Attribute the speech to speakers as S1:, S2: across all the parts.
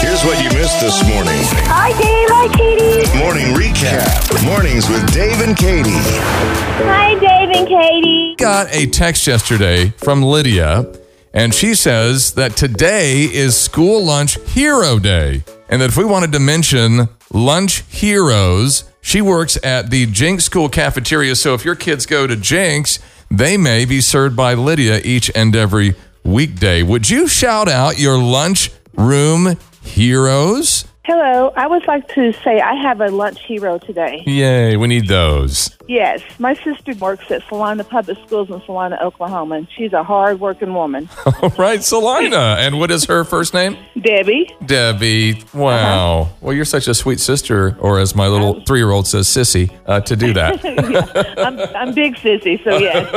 S1: Here's what you missed this morning.
S2: Hi, Dave. Hi, Katie.
S1: Morning recap. Mornings with Dave and Katie.
S2: Hi, Dave and Katie.
S3: got a text yesterday from Lydia, and she says that today is school lunch hero day, and that if we wanted to mention lunch heroes, she works at the Jinx School cafeteria. So if your kids go to Jinx, they may be served by Lydia each and every weekday. Would you shout out your lunch room heroes?
S4: Hello, I would like to say I have a lunch hero today.
S3: Yay, we need those.
S4: Yes, my sister works at Salina Public Schools in Salina, Oklahoma, and she's a hard-working woman.
S3: All right, Selina. And what is her first name?
S4: Debbie,
S3: Debbie, wow. Well, you're such a sweet sister, or as my little three year old says, sissy, uh, to do that.
S4: I'm, I'm big sissy, so yes.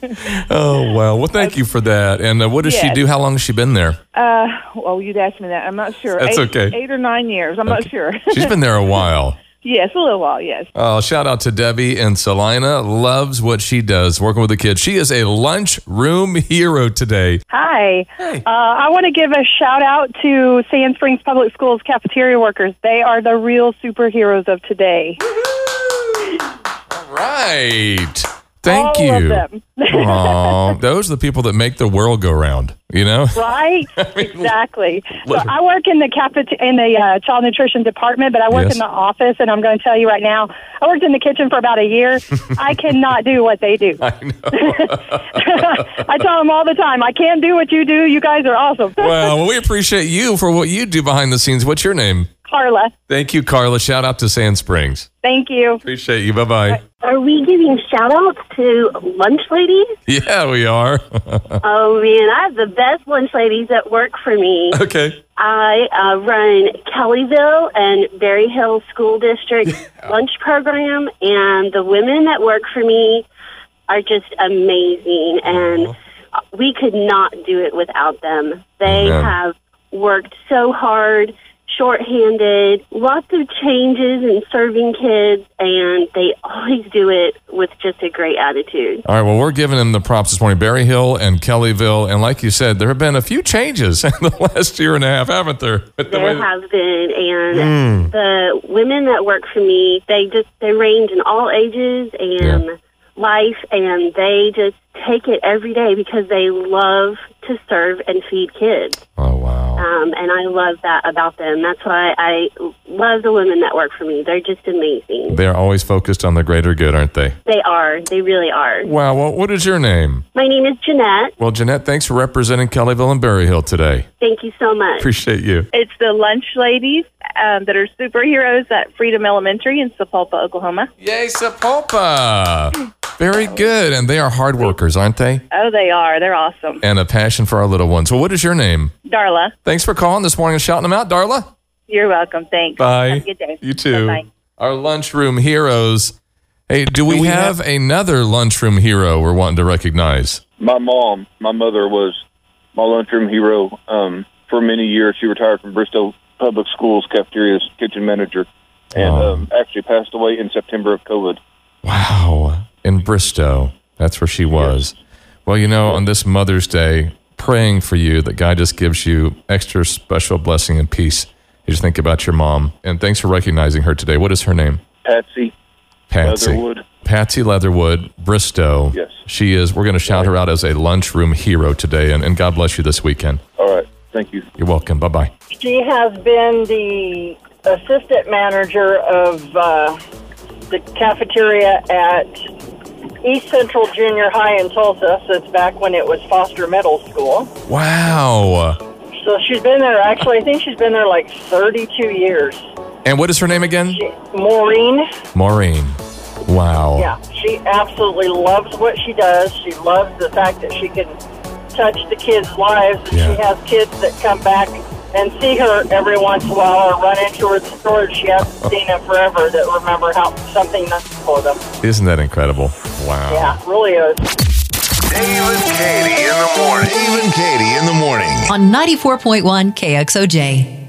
S3: Okay. oh, wow. Well, thank you for that. And uh, what does she
S4: Yes.
S3: do? How long has she been there?
S4: Uh, well, you'd ask me that. I'm not sure.
S3: That's
S4: eight,
S3: okay.
S4: Eight or nine years. I'm not sure.
S3: She's been there a while.
S4: yes, a little while. Yes.
S3: Uh, shout out to Debbie and Salina. Loves what she does, working with the kids. She is a lunchroom hero today.
S5: Hi.
S3: Hey.
S5: Uh, I want to give a shout out to Sand Springs Public Schools cafeteria workers. They are the real superheroes of today.
S3: All right. Thank
S5: All of
S3: you.
S5: them.
S3: Aw, those are the people that make the world go round, you know?
S5: Right? exactly. So
S3: listen.
S5: I work in the cafet- in the uh, child nutrition department, but I work
S3: Yes.
S5: in the office, and I'm going to tell you right now, I worked in the kitchen for about a year. I cannot do what they do.
S3: I know.
S5: I tell them all the time, I can't do what you do. You guys are awesome.
S3: well, well, we appreciate you for what you do behind the scenes. What's your name?
S5: Carla,
S3: Thank you, Carla. Shout out to Sand Springs.
S5: thank you.
S3: Appreciate you. Bye bye.
S2: Are we giving shout outs to lunch ladies?
S3: Yeah, we are.
S2: Oh, man. I have the best lunch ladies that work for me.
S3: okay.
S2: I uh, run Kellyville and Berry Hill School District lunch program, and the women that work for me are just amazing. And uh, we could not do it without them. They
S3: Yeah.
S2: have worked so hard, shorthanded, lots of changes in serving kids, and they always do it with just a great attitude.
S3: All right. Well, we're giving them the props this morning. Berry Hill and Kellyville. And like you said, there have been a few changes in the last year and a half, haven't there? But the
S2: There
S3: way-
S2: have been, and the women that work for me, they just they range in all ages and
S3: Yeah.
S2: life, and they just take it every day because they love to serve and feed kids.
S3: oh, wow.
S2: Um, and I love that about them. That's why I love the women that work for me. They're just amazing.
S3: They're always focused on the greater good, aren't they?
S2: They are. They really are.
S3: Wow. Well, what is your name?
S2: My name is Jeanette.
S3: Well, Jeanette, thanks for representing Kellyville and Berry Hill today.
S2: Thank you so much.
S3: Appreciate you.
S4: It's the lunch ladies um, that are superheroes at Freedom Elementary in Sepulpa, Oklahoma.
S3: Yay, Sepulpa. Very good. And they are hard workers, aren't they?
S4: Oh, they are. They're awesome.
S3: and a passion for our little ones. Well, what is your name?
S4: Darla,
S3: Thanks for calling this morning and shouting them out, Darla.
S4: you're welcome. Thanks.
S3: Bye.
S4: Have a good day.
S3: You too.
S4: Bye.
S3: Our lunchroom heroes. Hey, do we,
S6: we
S3: have, another lunchroom hero we're wanting to recognize?
S6: my mom, my mother was my lunchroom hero um, for many years. She retired from Bristol Public Schools cafeteria's kitchen manager, and
S3: Wow.
S6: um, actually passed away in September of COVID.
S3: Wow. In Bristow. That's where she was. Well, you know, on this Mother's Day, praying for you that God just gives you extra special blessing and peace. You just think about your mom. And thanks for recognizing her today. What is her name?
S6: Patsy,
S3: Patsy.
S6: Leatherwood.
S3: Patsy Leatherwood, Bristow.
S6: Yes.
S3: She is. We're going to shout her out as a lunchroom hero today. And, and God bless you this weekend.
S6: All right, thank you.
S3: You're welcome. Bye bye.
S7: She has been the assistant manager of uh, the cafeteria at East Central Junior High in Tulsa since back when it was Foster Middle School.
S3: Wow.
S7: So she's been there, actually, I think she's been there like 32 years.
S3: And what is her name again?
S7: Maureen,
S3: Maureen. Wow.
S7: yeah, she absolutely loves what she does. She loves the fact that she can touch the kids' lives. And
S3: Yeah.
S7: She has kids that come back and see her every once in a while or run into her at the store that she hasn't seen in forever that remember how something nice for them.
S3: Isn't that incredible? Wow.
S7: Yeah, really is.
S1: Dave and Katie in the morning. Dave and Katie in the morning.
S8: on 94.1 KXOJ.